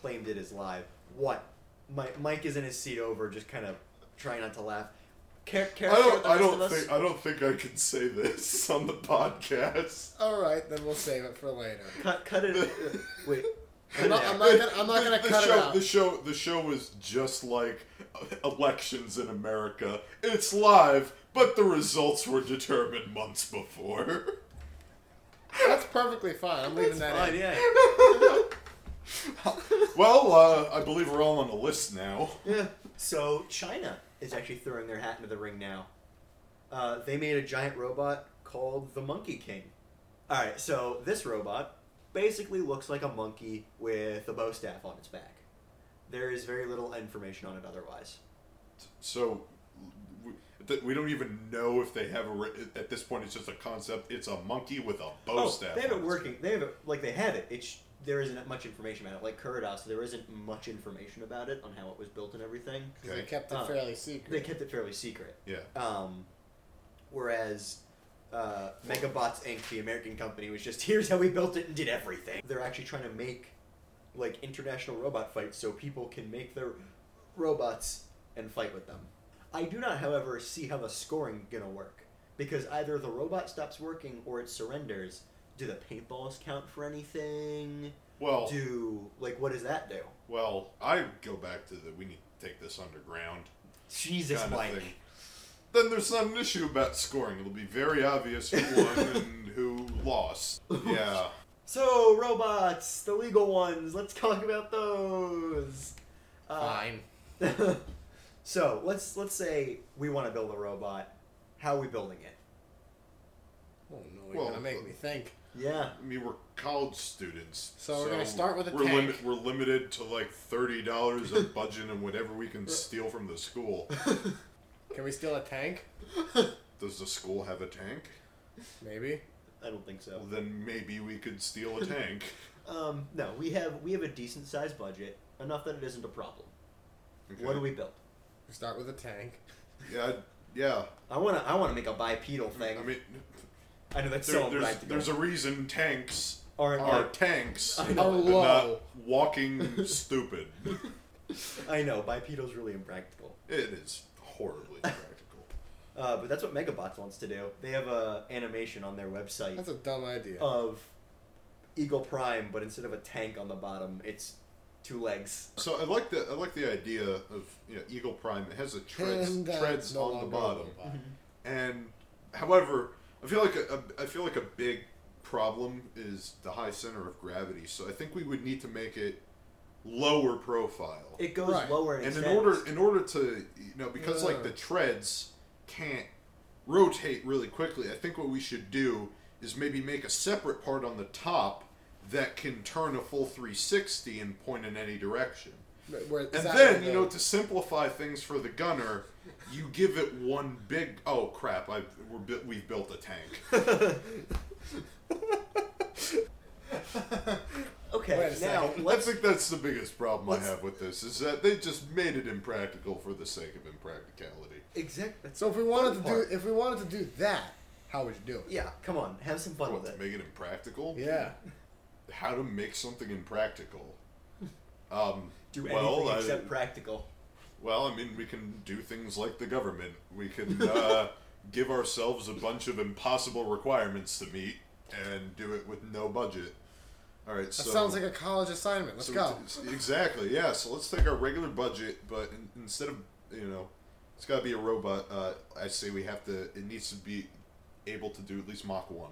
[SPEAKER 1] claimed it as live. What Mike Mike is in his seat over, just kind of trying not to laugh. Care, care
[SPEAKER 3] I
[SPEAKER 1] with
[SPEAKER 3] don't.
[SPEAKER 1] the
[SPEAKER 3] I
[SPEAKER 1] rest of
[SPEAKER 3] don't
[SPEAKER 1] us?
[SPEAKER 3] think. I don't think I can say this on the podcast.
[SPEAKER 2] All right, then we'll save it for later.
[SPEAKER 1] cut cut it. uh, Wait, cut
[SPEAKER 2] I'm
[SPEAKER 1] it
[SPEAKER 2] not,
[SPEAKER 1] out.
[SPEAKER 2] I'm not gonna, I'm not gonna
[SPEAKER 3] the
[SPEAKER 2] cut
[SPEAKER 3] show,
[SPEAKER 2] it out.
[SPEAKER 3] The show, the show was just like elections in America. It's live, but the results were determined months before.
[SPEAKER 2] That's perfectly fine. I'm leaving that
[SPEAKER 1] Fine,
[SPEAKER 2] in.
[SPEAKER 1] yeah.
[SPEAKER 3] well, uh, I believe we're all on the list now.
[SPEAKER 1] Yeah. So China is actually throwing their hat into the ring now. Uh, they made a giant robot called the Monkey King. All right, so this robot basically looks like a monkey with a bow staff on its back. There is very little information on it otherwise.
[SPEAKER 3] So we- th- we don't even know if they have a. Re- at this point, it's just a concept. It's a monkey with a bow
[SPEAKER 1] oh,
[SPEAKER 3] staff.
[SPEAKER 1] they have
[SPEAKER 3] on
[SPEAKER 1] it
[SPEAKER 3] its-
[SPEAKER 1] working. They have it like they have it. It's there isn't much information about it. Like Kuridas, there isn't much information about it on how it was built and everything.
[SPEAKER 2] 'Cause They
[SPEAKER 3] Okay.
[SPEAKER 2] kept it
[SPEAKER 1] Uh,
[SPEAKER 2] fairly secret.
[SPEAKER 1] They kept it fairly secret.
[SPEAKER 3] Yeah.
[SPEAKER 1] Um, whereas uh, Megabots Inc., the American company, was just here's how we built it and did everything. They're actually trying to make like international robot fights so people can make their robots and fight with them. I do not, however, see how the scoring gonna work because either the robot stops working or it surrenders. Do the paintballs count for anything?
[SPEAKER 3] Well,
[SPEAKER 1] Do like what does that do?
[SPEAKER 3] well, I go back to the. We need take this underground.
[SPEAKER 1] Jesus,
[SPEAKER 3] kind of
[SPEAKER 1] Mike.
[SPEAKER 3] thing. Then there's not an issue about scoring. It'll be very obvious who won and who lost. Yeah.
[SPEAKER 1] So robots, the legal ones. Let's talk about those. Uh,
[SPEAKER 2] Fine.
[SPEAKER 1] so let's let's say we want to build a robot. How are we building it?
[SPEAKER 2] Oh no, you're
[SPEAKER 3] Well,
[SPEAKER 2] gonna make
[SPEAKER 3] uh,
[SPEAKER 2] me think.
[SPEAKER 1] Yeah.
[SPEAKER 3] I mean, we're college students.
[SPEAKER 2] So we're gonna start with a
[SPEAKER 3] we're
[SPEAKER 2] tank.
[SPEAKER 3] Limit, we're limited to like $30 a budget and whatever we can steal from the school.
[SPEAKER 2] Can we steal a tank?
[SPEAKER 3] Does the school have a tank?
[SPEAKER 2] Maybe.
[SPEAKER 1] I don't think so.
[SPEAKER 3] Well, then maybe we could steal a tank.
[SPEAKER 1] Um, no, we have we have a decent sized budget, enough that it isn't a problem. What do we build?
[SPEAKER 2] We start with a tank.
[SPEAKER 3] Yeah, yeah.
[SPEAKER 1] I wanna I wanna make a bipedal thing.
[SPEAKER 3] I mean,
[SPEAKER 1] I know that's
[SPEAKER 3] there-
[SPEAKER 1] so
[SPEAKER 3] there's,
[SPEAKER 1] impractical.
[SPEAKER 3] there's a reason tanks
[SPEAKER 1] Or,
[SPEAKER 3] are
[SPEAKER 1] like,
[SPEAKER 3] tanks,
[SPEAKER 1] I
[SPEAKER 3] and
[SPEAKER 1] know,
[SPEAKER 2] Oh,
[SPEAKER 3] not
[SPEAKER 2] whoa.
[SPEAKER 3] walking stupid.
[SPEAKER 1] I know bipedal's really impractical.
[SPEAKER 3] It is horribly practical.
[SPEAKER 1] Uh, but that's what Megabots wants to do. They have a animation on their website
[SPEAKER 2] That's a dumb idea.
[SPEAKER 3] Uh,
[SPEAKER 1] of Eagle Prime, but instead of a tank on the bottom, it's two legs.
[SPEAKER 3] So I like the I like the idea of you know Eagle Prime. It has a treads
[SPEAKER 2] And that's
[SPEAKER 3] treads
[SPEAKER 2] no
[SPEAKER 3] on the
[SPEAKER 2] longer
[SPEAKER 3] bottom,
[SPEAKER 2] a robot.
[SPEAKER 3] and however, I feel like a, a, I feel like a big problem is the high center of gravity. So I think we would need to make it lower profile.
[SPEAKER 1] It goes
[SPEAKER 2] Right.
[SPEAKER 1] lower and
[SPEAKER 3] and in
[SPEAKER 1] extends.
[SPEAKER 3] order in order to you know because like
[SPEAKER 2] Yeah.
[SPEAKER 3] the treads can't rotate really quickly i think what we should do is maybe make a separate part on the top that can turn a full 360 and point in any direction
[SPEAKER 2] But where- is
[SPEAKER 3] and
[SPEAKER 2] that
[SPEAKER 3] then
[SPEAKER 2] where
[SPEAKER 3] you know
[SPEAKER 2] the-
[SPEAKER 3] to simplify things for the gunner you give it one big oh crap i we're, bu- we've built a tank
[SPEAKER 1] okay,
[SPEAKER 2] Wait a
[SPEAKER 1] now
[SPEAKER 2] second.
[SPEAKER 3] i
[SPEAKER 1] let's
[SPEAKER 3] think that's the biggest problem
[SPEAKER 1] Let's-
[SPEAKER 3] i have with this is that they just made it impractical for the sake of impracticality
[SPEAKER 1] exact. That's
[SPEAKER 2] so if we wanted to
[SPEAKER 1] fun
[SPEAKER 2] do
[SPEAKER 1] part.
[SPEAKER 2] if we wanted to do that, how would you do it?
[SPEAKER 1] yeah, come on, have some fun
[SPEAKER 3] what,
[SPEAKER 1] with
[SPEAKER 3] to
[SPEAKER 1] it.
[SPEAKER 3] make it impractical
[SPEAKER 2] Yeah.
[SPEAKER 3] how to make something impractical. Um,
[SPEAKER 1] Do anything
[SPEAKER 3] well, I-
[SPEAKER 1] except practical.
[SPEAKER 3] well, I mean, we can do things like the government. We can uh, give ourselves a bunch of impossible requirements to meet and do it with no budget. All right,
[SPEAKER 2] That
[SPEAKER 3] so
[SPEAKER 2] sounds like a college assignment. Let's
[SPEAKER 3] so
[SPEAKER 2] go.
[SPEAKER 3] it's- exactly, yeah. So let's take our regular budget, but in, instead of you know, it's got to be a robot. Uh, I say we have to. It needs to be able to do at least Mach one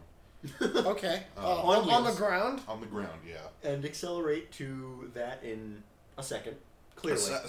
[SPEAKER 2] okay. Uh,
[SPEAKER 1] on
[SPEAKER 2] on, on the
[SPEAKER 1] wheels.
[SPEAKER 2] ground.
[SPEAKER 3] on the ground. Yeah.
[SPEAKER 1] And accelerate to that in a second, clearly.
[SPEAKER 3] A, se- a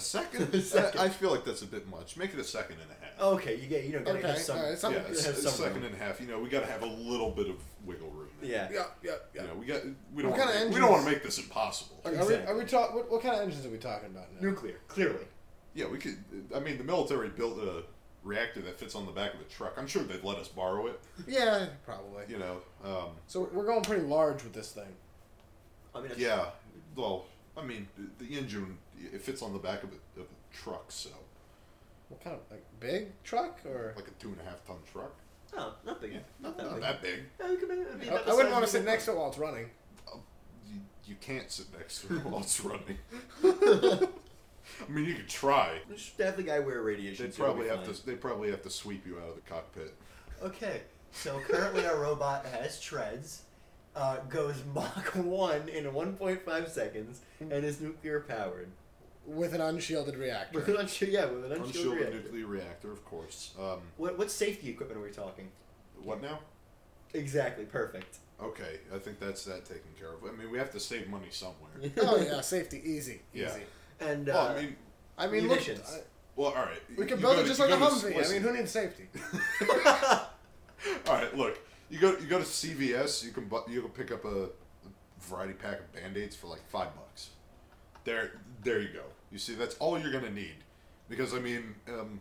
[SPEAKER 3] second?
[SPEAKER 1] A second.
[SPEAKER 3] I, I feel like that's a bit much. Make it a second and a half.
[SPEAKER 1] okay, you get you know gotta
[SPEAKER 2] Okay,
[SPEAKER 1] have some.
[SPEAKER 2] alright, some-
[SPEAKER 3] yeah,
[SPEAKER 1] gotta
[SPEAKER 3] a,
[SPEAKER 1] have
[SPEAKER 3] a
[SPEAKER 1] some
[SPEAKER 3] second
[SPEAKER 1] room.
[SPEAKER 3] and a half. You know, we got to have a little bit of wiggle room. there.
[SPEAKER 1] Yeah.
[SPEAKER 4] Yeah, yeah, yeah.
[SPEAKER 3] You know, we got we don't
[SPEAKER 2] What kind
[SPEAKER 3] wanna
[SPEAKER 2] of
[SPEAKER 3] make- we don't
[SPEAKER 2] engines?
[SPEAKER 3] want to make this impossible.
[SPEAKER 2] Are,
[SPEAKER 1] Exactly.
[SPEAKER 2] are we, are we talk, what, what kind of engines are we talking about now?
[SPEAKER 1] Nuclear, clearly.
[SPEAKER 3] Yeah, we could. I mean, the military built a reactor that fits on the back of a truck. I'm sure they'd let us borrow it.
[SPEAKER 2] Yeah, probably.
[SPEAKER 3] You know, um,
[SPEAKER 2] So we're going pretty large with this thing.
[SPEAKER 1] I mean, it's,
[SPEAKER 3] yeah. Well, I mean, the- the engine it fits on the back of a, of a truck, so
[SPEAKER 2] What kind of like big truck or?
[SPEAKER 3] like a two and a half ton truck.
[SPEAKER 1] No, not big.
[SPEAKER 3] Yeah,
[SPEAKER 1] Not
[SPEAKER 3] not,
[SPEAKER 1] that
[SPEAKER 3] not
[SPEAKER 1] big.
[SPEAKER 3] that big.
[SPEAKER 1] Yeah, we could make it be
[SPEAKER 2] I,
[SPEAKER 1] about the
[SPEAKER 2] I wouldn't
[SPEAKER 1] size
[SPEAKER 2] want
[SPEAKER 1] of
[SPEAKER 2] to sit
[SPEAKER 1] a-
[SPEAKER 2] next to it while it's running.
[SPEAKER 3] you, you can't sit next to him while it's running. I mean, you could try.
[SPEAKER 1] Just have the guy wear radiation.
[SPEAKER 3] They
[SPEAKER 1] suit, it'll
[SPEAKER 3] probably
[SPEAKER 1] be
[SPEAKER 3] have
[SPEAKER 1] fine.
[SPEAKER 3] to. They probably have to sweep you out of the cockpit.
[SPEAKER 1] Okay, so currently our robot has treads, uh, goes Mach 1 in 1.5 seconds, and is nuclear powered.
[SPEAKER 2] With an unshielded
[SPEAKER 1] With an
[SPEAKER 2] reactor.
[SPEAKER 1] unshield, yeah, with an unshielded
[SPEAKER 3] Unshielded
[SPEAKER 1] reactor.
[SPEAKER 3] nuclear reactor, of course. Um,
[SPEAKER 1] What, what safety equipment are we talking?
[SPEAKER 3] what now?
[SPEAKER 1] Exactly, perfect.
[SPEAKER 3] Okay, I think that's that taken care of. I mean, we have to save money somewhere.
[SPEAKER 2] oh yeah, safety, easy, easy.
[SPEAKER 3] Yeah.
[SPEAKER 1] And, uh,
[SPEAKER 3] Well, I mean,
[SPEAKER 2] I mean, look,
[SPEAKER 1] Munitions.
[SPEAKER 2] I-
[SPEAKER 3] well, all right.
[SPEAKER 2] we
[SPEAKER 3] can
[SPEAKER 2] could build it just like a Humvee. I mean, who needs safety?
[SPEAKER 3] all right, look. You go. You go to CVS. You can. Bu- you can pick up a, a variety pack of band aids for like five bucks. There. There you go. You see, that's all you're gonna need, because I mean, um,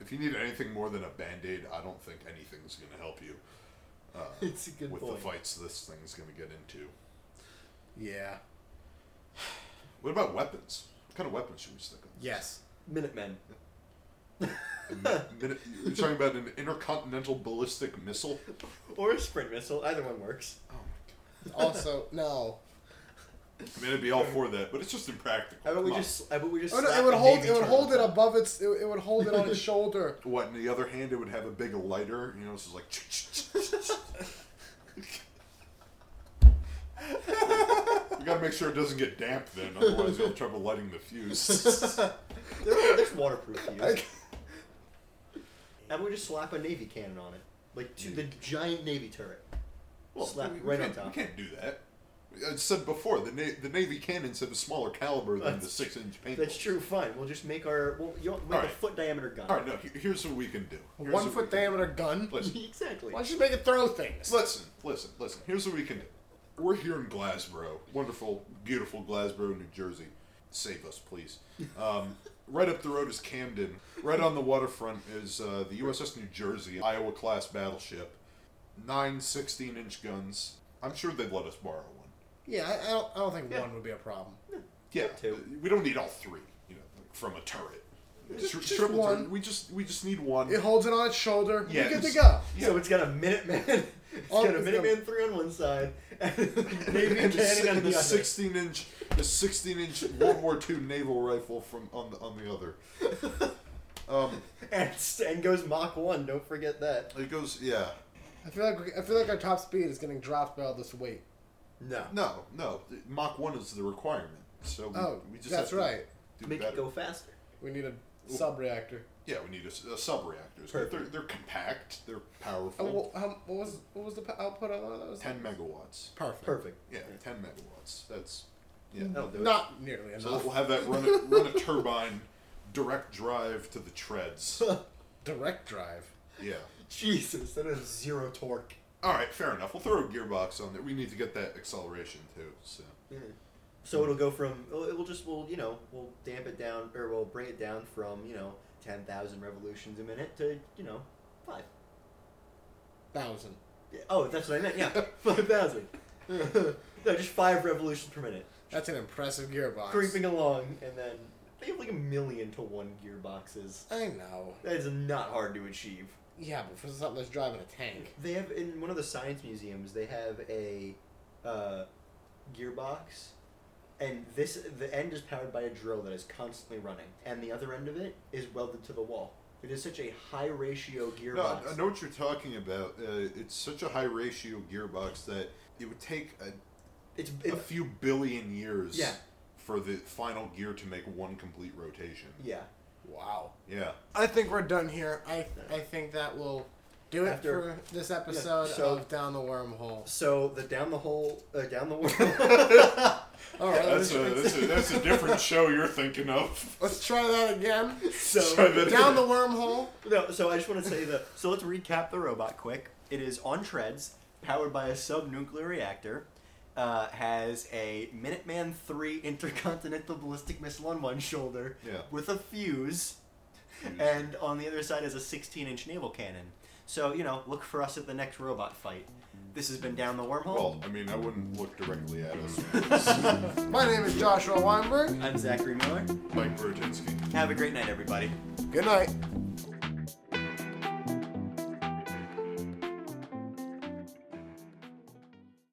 [SPEAKER 3] if you need anything more than a band aid, I don't think anything's gonna help you. Uh,
[SPEAKER 1] it's a good
[SPEAKER 3] with
[SPEAKER 1] point.
[SPEAKER 3] the fights this thing's gonna get into.
[SPEAKER 2] Yeah.
[SPEAKER 3] What about weapons? What kind of weapons should we stick on?
[SPEAKER 2] Yes.
[SPEAKER 1] Minutemen.
[SPEAKER 3] A mi- minute- you're talking about an intercontinental ballistic missile?
[SPEAKER 1] Or a sprint missile, either one works.
[SPEAKER 3] Oh my god.
[SPEAKER 2] Also, no.
[SPEAKER 3] I mean, I'd be all for that, but it's just impractical.
[SPEAKER 1] I bet we
[SPEAKER 3] Come on.
[SPEAKER 1] just, I bet we just.
[SPEAKER 2] Oh, no,
[SPEAKER 1] slap
[SPEAKER 2] it would
[SPEAKER 1] a
[SPEAKER 2] hold.
[SPEAKER 1] Navy
[SPEAKER 2] It would
[SPEAKER 1] turtle
[SPEAKER 2] hold it
[SPEAKER 1] on top.
[SPEAKER 2] above its. It, it would hold it on its shoulder.
[SPEAKER 3] What, on the other hand, it would have a big lighter, you know, so it's like. We gotta make sure it doesn't get damp then, otherwise you'll have trouble lighting the fuse.
[SPEAKER 1] There- there's waterproof fuse.
[SPEAKER 2] Okay.
[SPEAKER 1] And we just slap a navy cannon on it, like
[SPEAKER 2] Hmm.
[SPEAKER 1] to the giant navy turret. Slap
[SPEAKER 3] we- we
[SPEAKER 1] right on
[SPEAKER 3] can't-
[SPEAKER 1] top.
[SPEAKER 3] We can't do that. I said before, the, na- the Navy cannons have a smaller caliber than the
[SPEAKER 1] That's-
[SPEAKER 3] six inch paintball.
[SPEAKER 1] That's true. Fine. We'll just make our we'll you know, make a
[SPEAKER 3] Alright.
[SPEAKER 1] foot diameter gun.
[SPEAKER 3] All right, no. he- Here's what we can do.
[SPEAKER 2] A
[SPEAKER 3] Here's
[SPEAKER 2] one
[SPEAKER 3] what we
[SPEAKER 2] foot
[SPEAKER 3] can do.
[SPEAKER 2] diameter gun.
[SPEAKER 3] Listen,
[SPEAKER 1] Exactly.
[SPEAKER 2] Why don't you make it throw things?
[SPEAKER 3] listen, listen, listen. Here's what we can do. We're here in Glassboro, wonderful, beautiful Glassboro, New Jersey. Save us, please. Um, right up the road is Camden. Right on the waterfront is uh, the USS New Jersey, Iowa class battleship. Nine 16 inch guns. I'm sure they'd let us borrow one.
[SPEAKER 2] Yeah, I, I, don't, I don't think
[SPEAKER 1] Yeah.
[SPEAKER 2] one would be a problem.
[SPEAKER 3] Yeah,
[SPEAKER 1] Two.
[SPEAKER 3] we don't need all three. You know, like from a turret.
[SPEAKER 2] Just-
[SPEAKER 3] Tri-
[SPEAKER 2] just
[SPEAKER 3] triple
[SPEAKER 2] one.
[SPEAKER 3] turret. We just we just need one.
[SPEAKER 2] It holds it on its shoulder.
[SPEAKER 3] Yeah,
[SPEAKER 2] You're good to
[SPEAKER 3] it's-
[SPEAKER 2] go.
[SPEAKER 3] Yeah.
[SPEAKER 1] So it's got a Minuteman. It's
[SPEAKER 2] Oh,
[SPEAKER 1] got a
[SPEAKER 2] it's got-
[SPEAKER 1] Minuteman three on one side, and a navy
[SPEAKER 3] and a, si-
[SPEAKER 1] cannon on
[SPEAKER 3] and
[SPEAKER 1] the
[SPEAKER 3] a
[SPEAKER 1] other.
[SPEAKER 3] 16 inch a 16 inch World War II naval rifle from on the on the other. Um,
[SPEAKER 1] And, and goes Mach one. Don't forget that.
[SPEAKER 3] it goes yeah.
[SPEAKER 2] I feel like we- I feel like our top speed is getting dropped by all this weight.
[SPEAKER 1] No.
[SPEAKER 3] No, no. Mach one is the requirement. So we,
[SPEAKER 2] Oh,
[SPEAKER 3] we just
[SPEAKER 2] that's
[SPEAKER 3] have to
[SPEAKER 2] right.
[SPEAKER 3] Do
[SPEAKER 1] Make
[SPEAKER 3] better.
[SPEAKER 1] it go faster.
[SPEAKER 2] We need a sub reactor.
[SPEAKER 3] Yeah, we need a, s- a sub reactors. They're
[SPEAKER 1] Perfect.
[SPEAKER 3] they're compact. They're
[SPEAKER 2] Oh,
[SPEAKER 3] powerful.
[SPEAKER 2] wha- how- what was what was the p- output on one of those?
[SPEAKER 3] Ten megawatts.
[SPEAKER 2] Perfect.
[SPEAKER 1] Perfect.
[SPEAKER 3] Yeah, ten megawatts. That's yeah.
[SPEAKER 1] That'll
[SPEAKER 2] Mm-hmm.
[SPEAKER 1] do it.
[SPEAKER 2] Not nearly
[SPEAKER 3] So
[SPEAKER 2] enough.
[SPEAKER 3] we'll have that run a, run a turbine direct drive to the treads.
[SPEAKER 2] Direct drive.
[SPEAKER 3] Yeah.
[SPEAKER 1] Jesus, that is zero torque.
[SPEAKER 3] All right, fair enough. We'll throw a gearbox on there. We need to get that acceleration too. So
[SPEAKER 1] So it'll go from it'll- it will just we'll you know we'll damp it down or we'll bring it down from you know ten thousand revolutions a minute to you know five.
[SPEAKER 2] Thousand.
[SPEAKER 1] Yeah, Oh, that's what I meant. Yeah, five thousand. no, just five revolutions per minute,
[SPEAKER 2] That's an impressive gearbox.
[SPEAKER 1] creeping along, and then they have like a million to one gearboxes.
[SPEAKER 2] I know.
[SPEAKER 1] That is not hard to achieve.
[SPEAKER 2] Yeah, but for something that's driving a tank.
[SPEAKER 1] They have in one of the science museums. They have a uh, gearbox, and this the end is powered by a drill that is constantly running, and the other end of it is welded to the wall. It is such a high ratio
[SPEAKER 3] no, I-
[SPEAKER 1] gearbox.
[SPEAKER 3] I know what you're talking about. Uh, it's such a high ratio gearbox that it would take a,
[SPEAKER 1] It's
[SPEAKER 3] a
[SPEAKER 1] it,
[SPEAKER 3] few billion years
[SPEAKER 1] Yeah.
[SPEAKER 3] for the final gear to make one complete rotation.
[SPEAKER 1] yeah.
[SPEAKER 2] Wow.
[SPEAKER 3] Yeah.
[SPEAKER 2] I think we're done here. I I think that will do it
[SPEAKER 1] After-
[SPEAKER 2] for this episode
[SPEAKER 1] so-
[SPEAKER 2] of Down the Wormhole.
[SPEAKER 1] So the down the hole, uh, down the wormhole.
[SPEAKER 2] All Oh, right,
[SPEAKER 3] That's
[SPEAKER 2] let's,
[SPEAKER 3] a, that's, a, that's a different show you're thinking of.
[SPEAKER 2] let's try that again.
[SPEAKER 3] Try
[SPEAKER 1] so
[SPEAKER 3] that
[SPEAKER 2] Down
[SPEAKER 3] again.
[SPEAKER 2] the wormhole.
[SPEAKER 1] no. So I just want to say the. So let's recap the robot quick. It is on treads, powered by a sub-nuclear reactor. Uh, has a Minuteman III intercontinental ballistic missile on one shoulder
[SPEAKER 3] Yeah.
[SPEAKER 1] with a fuse, and on the other side is a 16-inch naval cannon. So you know, look for us at the next robot fight. This has been down the wormhole.
[SPEAKER 3] Well, I mean, I wouldn't look directly at us.
[SPEAKER 2] My name is Joshua Weinberg.
[SPEAKER 1] I'm Zachary Miller.
[SPEAKER 3] Mike Brzezinski.
[SPEAKER 1] Have a great night, everybody.
[SPEAKER 2] Good night.